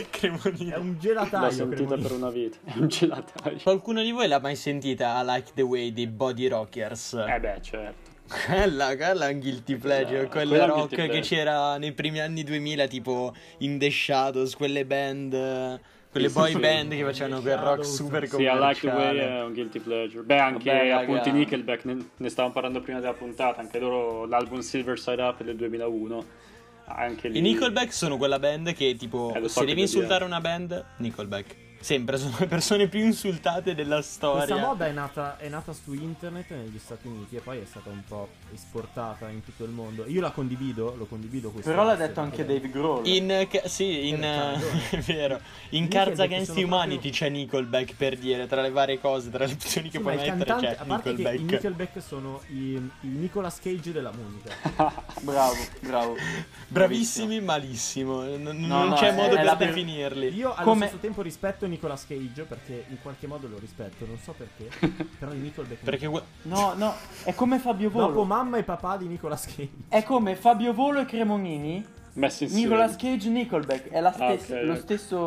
A: Cremonini.
B: È un
D: L'ho
B: gelataio
D: sentita
B: Cremonini.
D: per una vita. È un gelataio.
A: Qualcuno di voi l'ha mai sentita a Like the Way dei Body Rockers?
D: Eh, beh, certo.
A: Quella, quella è un guilty pleasure,
D: Eh,
A: quella
D: quella è un
A: rock
D: guilty
A: che
D: pleasure.
A: c'era nei primi anni 2000, tipo In The Shadows, quelle band, eh, quelle
D: Sì,
A: boy
D: sì.
A: band che facevano quel rock
B: Shadows.
A: super
D: Sì, I
A: commerciale.
D: like the way eh, è un guilty pleasure. Beh, anche
C: Vabbè, raga.
D: appunto i Nickelback, ne, ne stavamo parlando prima della puntata, anche loro l'album Silver Side Up del 2001. Anche lì.
A: I Nickelback sono quella band che tipo
D: Eh, lo so
A: se
D: che
A: devi
D: lo diamo.
A: insultare una band, Nickelback. Sempre sono le persone più insultate della
B: Questa
A: storia.
B: moda è nata, è nata su internet negli Stati Uniti e poi è stata un po' esportata in tutto il mondo. Io la condivido, lo condivido questo.
C: Però l'ha
B: anzi,
C: detto anche
B: perché-
C: Dave Grohl.
A: In eh, ca- sì, in
B: Eh,
A: eh, è vero. In
B: Nickelback
A: Cards Against
B: sono
A: Humanity
B: proprio-
A: c'è Nickelback per dire tra le varie cose, tra le opzioni che
B: Sì, ma
A: puoi
B: il
A: mettere
C: cioè,
B: cantante,
A: c'è
B: a parte che i
A: Nickelback.
B: Nickelback sono i, i Nicolas Cage della musica.
C: Bravo, bravo.
A: Bravissimi, malissimo. N- n-
C: No,
A: non
C: no,
A: c'è
C: è-
A: modo
C: è
A: per
C: la-
A: definirli.
B: Io allo
C: Come-
B: stesso tempo rispetto Nicolas Cage perché in qualche modo lo rispetto, non so perché. Però i Nickelback
A: Perché gu-
C: No, no, è come Fabio Volo.
B: dopo mamma e papà di Nicolas Cage.
C: È come Fabio Volo e Cremonini
D: Messi insieme.
C: Nicolas Cage Nickelback è la
D: Ah,
C: stessa,
D: ok,
C: lo,
D: ok.
C: stesso,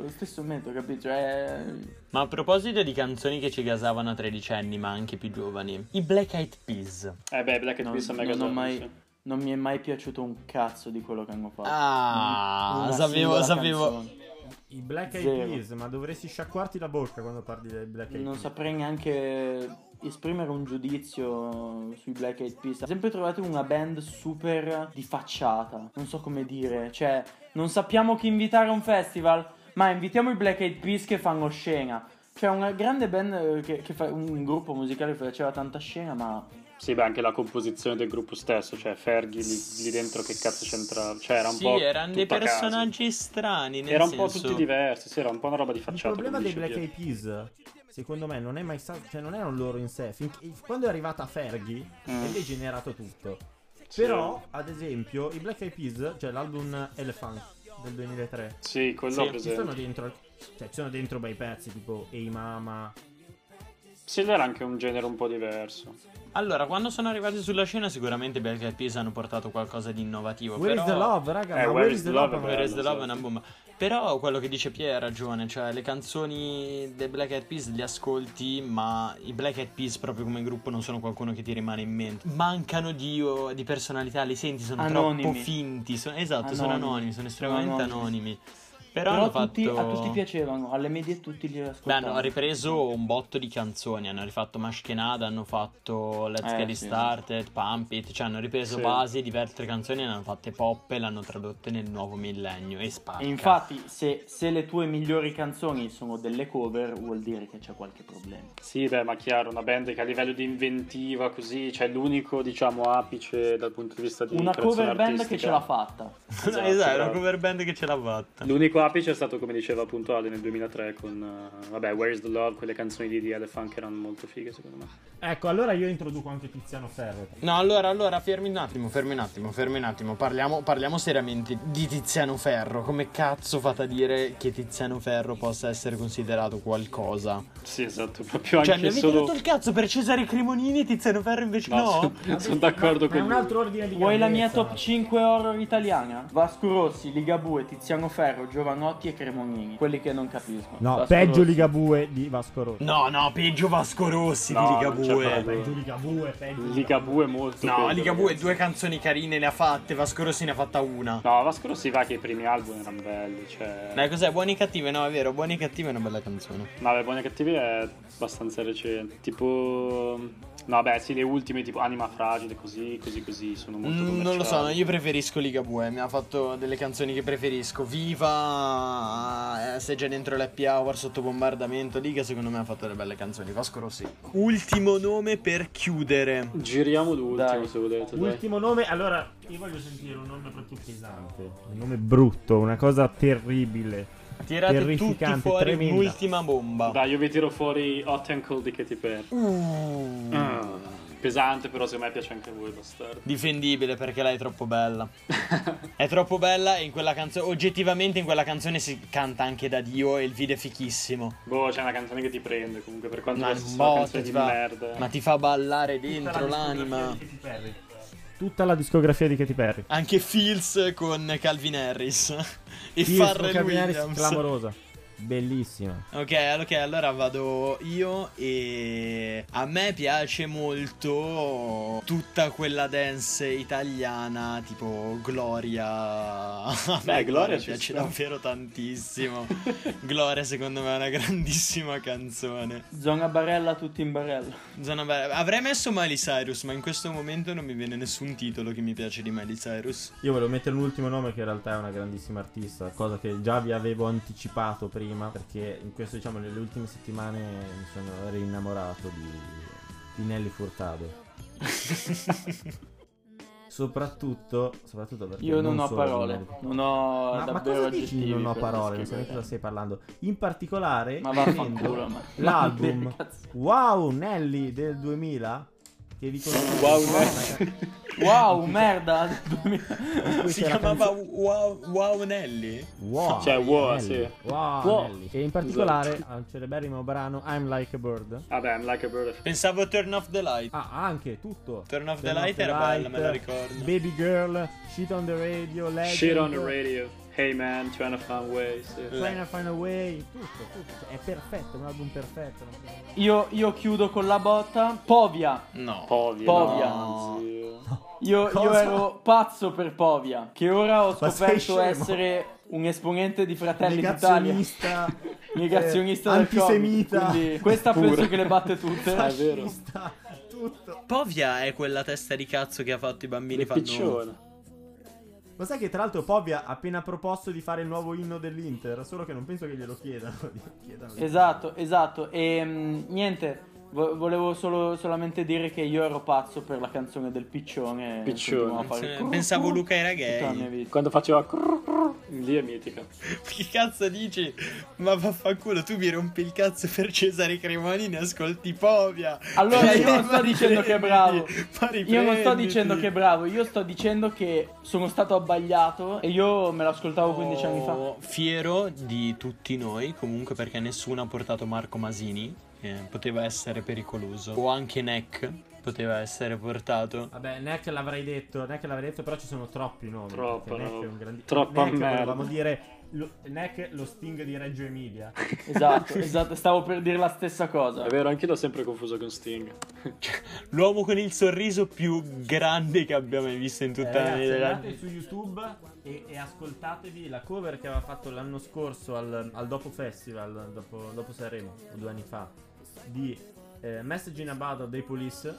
C: lo stesso metodo, capito? Cioè,
A: Ma a proposito di canzoni che ci gasavano a tredicenni, ma anche più giovani, i Black Eyed Peas.
D: Eh, beh, Black Eyed
C: non,
D: Peas è mega
C: non ho
D: giovane,
C: mai-
D: sì.
C: non mi è mai piaciuto un cazzo di quello che hanno fatto.
B: Mm,
A: Ah,
C: Una
A: sapevo,
C: singola
A: sapevo.
C: canzone.
B: I Black
C: Zero.
B: Eyed Peas, ma dovresti sciacquarti la bocca quando parli dei Black Eyed
C: Non
B: Peas.
C: saprei neanche esprimere un giudizio sui Black Eyed Peas. Sempre trovate una band super di facciata. Non so come dire. Cioè, non sappiamo chi invitare a un festival, ma invitiamo i Black Eyed Peas che fanno scena. C'è una grande band eh, che, che fa, un gruppo musicale che faceva tanta scena, ma
D: Sì, beh, anche la composizione del gruppo stesso, cioè Fergie lì, lì dentro che cazzo c'entrava? Cioè, era un
A: sì,
D: po'.
A: erano dei
D: tutto a caso.
A: personaggi strani. Nel
D: Era un
A: senso...
D: po' tutti diversi, sì, era un po' una roba di
B: Il
D: facciata.
B: problema
D: come
B: dei
D: dice
B: Black
D: Piero.
B: Eyed Peas, secondo me, non è mai stato. Cioè, non erano loro in sé. Finché- quando è arrivata Fergie,
D: Mm.
B: è degenerato tutto.
D: Sì.
B: Però, ad esempio, i Black Eyed Peas, cioè l'album Elephant del 2003,
D: Sì, quello
A: Sì,
D: ho
A: ci
B: ci sono
D: presente.
B: dentro. Cioè, ci sono dentro bei pezzi tipo Hey Mama.
D: Sì, era anche un genere un po' diverso.
A: Allora, quando sono arrivati sulla scena, sicuramente Black Eyed Peas hanno portato qualcosa di innovativo.
B: Where
A: però...
B: is the love, raga?
D: Eh,
B: ma
D: Where is the love è
B: ma-
A: Where is the
D: Bello, esatto.
A: love
D: sì.
A: è una bomba. Però quello che dice Pia ha ragione, cioè le canzoni dei Black Eyed Peas le ascolti, ma i Black Eyed Peas proprio come gruppo non sono qualcuno che ti rimane in mente. Mancano di, oh, di personalità, li senti, sono troppo
C: Anonimi.
A: finti, sono- esatto, sono
C: Anonimi.
A: anonimi, sono estremamente
C: Sono
A: anonimi.
C: anonimi.
A: Però,
C: però,
A: hanno fatto...
C: tutti, a tutti piacevano, alle medie tutti li
A: Beh,
C: ascoltavano.
A: hanno ripreso un botto di canzoni, hanno rifatto Mashkenada, hanno fatto Let's
C: Eh,
A: Get It
C: sì.
A: Started, Pump It, cioè hanno ripreso
D: Sì.
A: basi di altre canzoni, le hanno fatte pop e le hanno tradotte nel nuovo millennio e spacca.
C: E infatti, se, se le tue migliori canzoni sono delle cover, vuol dire che c'è qualche problema.
D: Sì, beh, ma chiaro, una band che a livello di inventiva così, cioè l'unico, diciamo, apice dal punto di vista di
C: Una
D: creazione
C: cover band che
D: artistica.
C: ce l'ha fatta.
A: esatto,
D: esatto.
A: è una cover band che ce l'ha fatta.
D: L'unico apice è stato, come diceva appunto Ale, nel 2003 con, eh, vabbè, Where's the Love, quelle canzoni lì di Elephant che erano molto fighe, secondo me.
B: Ecco, allora io introduco anche Tiziano Ferro.
A: No, allora, allora, fermi un attimo, fermi un attimo, fermi un attimo. Parliamo, parliamo seriamente di Tiziano Ferro. Come cazzo fate a dire che Tiziano Ferro possa essere considerato qualcosa?
D: Sì, esatto, proprio
A: Cioè, mi
D: anche
A: avete
D: solo...
A: rotto il cazzo per Cesare Cremonini e Tiziano Ferro invece no?
D: No, sono
B: Ma
D: d'accordo
B: è
D: con
B: un
D: lui.
B: altro ordine di
C: Vuoi la mia
B: grandezza.
C: top 5 horror italiana? Vasco Rossi, Ligabue, Tiziano Ferro, Giovanotti e Cremonini. Quelli che non capiscono.
B: No,
C: Vasco
B: peggio
C: Rossi.
B: Ligabue di Vasco Rossi.
A: No, no, peggio Vasco Rossi
D: No,
A: di
D: non c'è
A: Ligabue.
D: paragone.
B: Peggio Ligabue, peggio
D: Ligabue molto
A: No,
D: peggio,
A: Ligabue
D: ragazzi.
A: due canzoni carine le ha fatte, Vasco Rossi ne ha fatta una.
D: No, Vasco si va che i primi album erano belli, cioè...
A: Dai, cos'è? Buoni e cattive? No, è vero, buoni e cattive è una bella canzone.
D: No, beh, Buoni e Cattivi è abbastanza recente. Tipo. No, beh, sì, le ultime, tipo Anima Fragile, così, così, così, sono molto
A: Mm,
D: commerciali.
A: non lo so, no, io preferisco Ligabue, mi ha fatto delle canzoni che preferisco. Viva, eh, se già dentro l'happy hour sotto bombardamento, Liga secondo me ha fatto delle belle canzoni. Vasco Rossi. Ultimo nome per chiudere.
D: Giriamo l'ultimo,
C: Dai.
D: se volete. dai.
B: Ultimo nome, allora io voglio sentire un nome proprio pesante. Un nome brutto, una cosa terribile.
A: Tirate tutti
B: Terrificante,
A: fuori
B: tremenda.
A: un'ultima bomba.
D: Dai, io vi tiro fuori Hot and Cold di Katy Perry.
A: Uh,
D: Pesante, però secondo me piace anche a voi, bastardo.
A: Difendibile perché lei è troppo bella. È troppo bella e in quella canzone, oggettivamente in quella canzone si canta anche da Dio e il video è fichissimo.
D: boh, c'è una canzone che ti prende, comunque, per quanto
A: Ma,
D: queste sono
A: botta,
D: canzoni
A: ti
D: di
A: fa,
D: merda.
A: ma ti fa ballare
B: Tutta
A: dentro
B: la
A: l'anima.
B: discografia di Katy Perry. Tutta la discografia di Katy Perry.
A: Anche Fields con Calvin Harris e
B: Sì,
A: Farrell
B: Strocavinari,
A: Williams.
B: clamorosa. Bellissima.
A: Ok, ok, allora vado io e a me piace molto tutta quella dance italiana tipo Gloria. A me
D: Beh, Gloria
A: mi
D: ci
A: piace
D: sta.
A: davvero tantissimo. Gloria secondo me è una grandissima canzone.
C: Zona Barella, tutti in barella.
A: Zona Bar- Avrei messo Miley Cyrus, ma in questo momento non mi viene nessun titolo che mi piace di Miley Cyrus.
B: Io volevo mettere un ultimo nome che in realtà è una grandissima artista, cosa che già vi avevo anticipato prima, perché in questo diciamo nelle ultime settimane mi sono rinnamorato di, di Nelly Furtado. Soprattutto, soprattutto perché
C: Io non, ho
B: solo di
C: parole.
B: Nelly-
C: Non ho
B: Ma, ma
C: davvero
B: cosa dici
C: aggettivi
B: non ho
C: per
B: parole? Non so neanche
C: descrivere.
B: cosa stai parlando. In particolare,
C: Ma vaffanculo,
B: prendo
C: ma.
B: l'album
C: Cazzo.
B: Wow Nelly del 2000 che vi consiglio.
D: Wow,
C: Wow, merda.
A: Si chiamava Wow, wow Nelly?
B: Wow,
D: Cioè, wow,
B: Nelly.
D: sì.
B: Wow,
D: Wow.
B: Nelly. E in particolare al celeberrimo brano I'm Like a Bird.
D: Vabbè, Ah, I'm like a bird.
A: Pensavo Turn Off the Light.
B: Ah, anche tutto.
A: Turn off the light era bella, me la ricordo.
B: Baby Girl, Shit on the Radio, Legend,
D: Shit on the radio. Hey man, trying to find ways. sì.
A: Le-
B: Final Final Way, tutto, tutto. Cioè, è perfetto, è un album perfetto.
C: Io, io chiudo con la botta. Povia.
A: No.
D: Povia.
C: Povia.
D: no, zio.
C: Io, io
B: Cosa?
C: ero pazzo per Povia, che ora ho
B: Ma sei
C: scoperto
B: scemo?
C: essere un esponente di Fratelli d'Italia.
B: Negazionista,
C: Negazionista
B: eh,
C: del
B: antisemita,
C: comic, quindi questa
D: Pure.
C: penso che le batte tutte.
D: È vero.
B: fascista, tutto.
A: Povia è quella testa di cazzo che ha fatto i bambini
D: Il
A: fanno
D: piccione.
B: Lo sai che tra l'altro Povia ha appena proposto di fare il nuovo inno dell'Inter, solo che non penso che glielo chiedano. gli chiedano di-
C: Esatto, esatto. E mm, niente, vo- volevo solo, solamente dire che io ero pazzo per la canzone del piccione.
D: Piccione.
C: continuavo a fare
A: Pensa-
C: il-
A: Cioè, Pensavo Luca era
C: tutta la mia
A: gay.
C: vita.
D: Quando faceva crrr, crrr, lì è mitica.
A: Che cazzo dici? Ma vaffanculo, tu mi rompi il cazzo per Cesare Cremonini, ascolti Povia.
C: Allora, io
A: Ma
C: non sto dicendo che è bravo.
A: riprenditi, ma
C: Io non sto
A: riprenditi.
C: dicendo che è bravo, io sto dicendo che sono stato abbagliato e io me l'ascoltavo 15 anni fa.
A: Oh, Fiero di tutti noi, comunque, perché nessuno ha portato Marco Masini. eh, poteva essere pericoloso. O anche Neck poteva essere portato.
B: Vabbè, neanche l'avrei detto, neanche l'avrei detto, però ci sono troppi nomi.
D: Troppo,
B: perché Neck
D: no.
B: è un grandi-
D: Troppa
B: Neck,
D: merda.
B: Volevamo dire lo, Neck lo Sting di Reggio Emilia. Eh,
C: Esatto, esatto, stavo per dire la stessa cosa.
D: È vero, anche l'ho sempre confuso con Sting.
A: L'uomo con il sorriso più grande che abbia mai visto in
B: Eh,
A: tutta la
B: ragazzi,
A: mia
B: andate su YouTube e, e ascoltatevi la cover che aveva fatto l'anno scorso al, al Dopo Festival, dopo, dopo Sanremo, o due anni fa, di eh, Message in a Battle dei Police,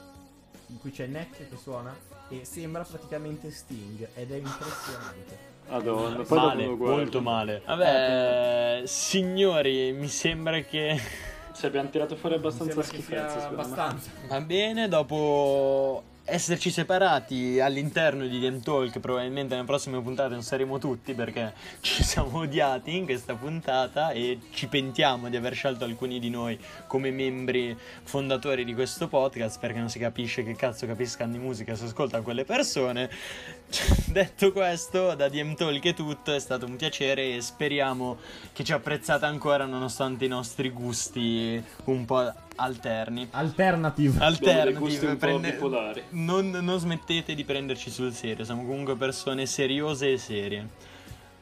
B: in cui c'è Neck che suona e sembra praticamente Sting ed è impressionante.
D: Madonna, poi
A: Male,
D: dopo lo guardo.
A: molto male. Vabbè, signori, mi sembra che
D: Se Cioè, abbiamo tirato fuori abbastanza
B: Mi sembra che sia
D: schifezze, secondo me.
B: abbastanza.
A: Va bene, dopo esserci separati all'interno di DM Talk, probabilmente nella prossima puntata non saremo tutti perché ci siamo odiati in questa puntata e ci pentiamo di aver scelto alcuni di noi come membri fondatori di questo podcast perché non si capisce che cazzo capiscano di musica se ascoltano quelle persone. Detto questo, da DM Talk è tutto, è stato un piacere e speriamo che ci apprezzate ancora nonostante i nostri gusti un po' alterni.
B: Alternative.
D: Abbiamo dei
A: Alternative,
D: gusti un po'
A: prende-
D: bipolari.
A: non, non smettete di prenderci sul serio, siamo comunque persone seriose e serie.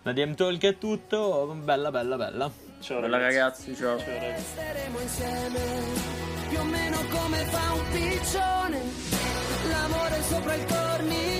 A: Da DM Talk è tutto, bella bella bella.
D: Ciao
C: Bella ragazzi, ciao.
D: Ciao Cioè, ragazzi.
E: Staremo insieme, più o meno come fa un piccione, l'amore sopra il cornicione.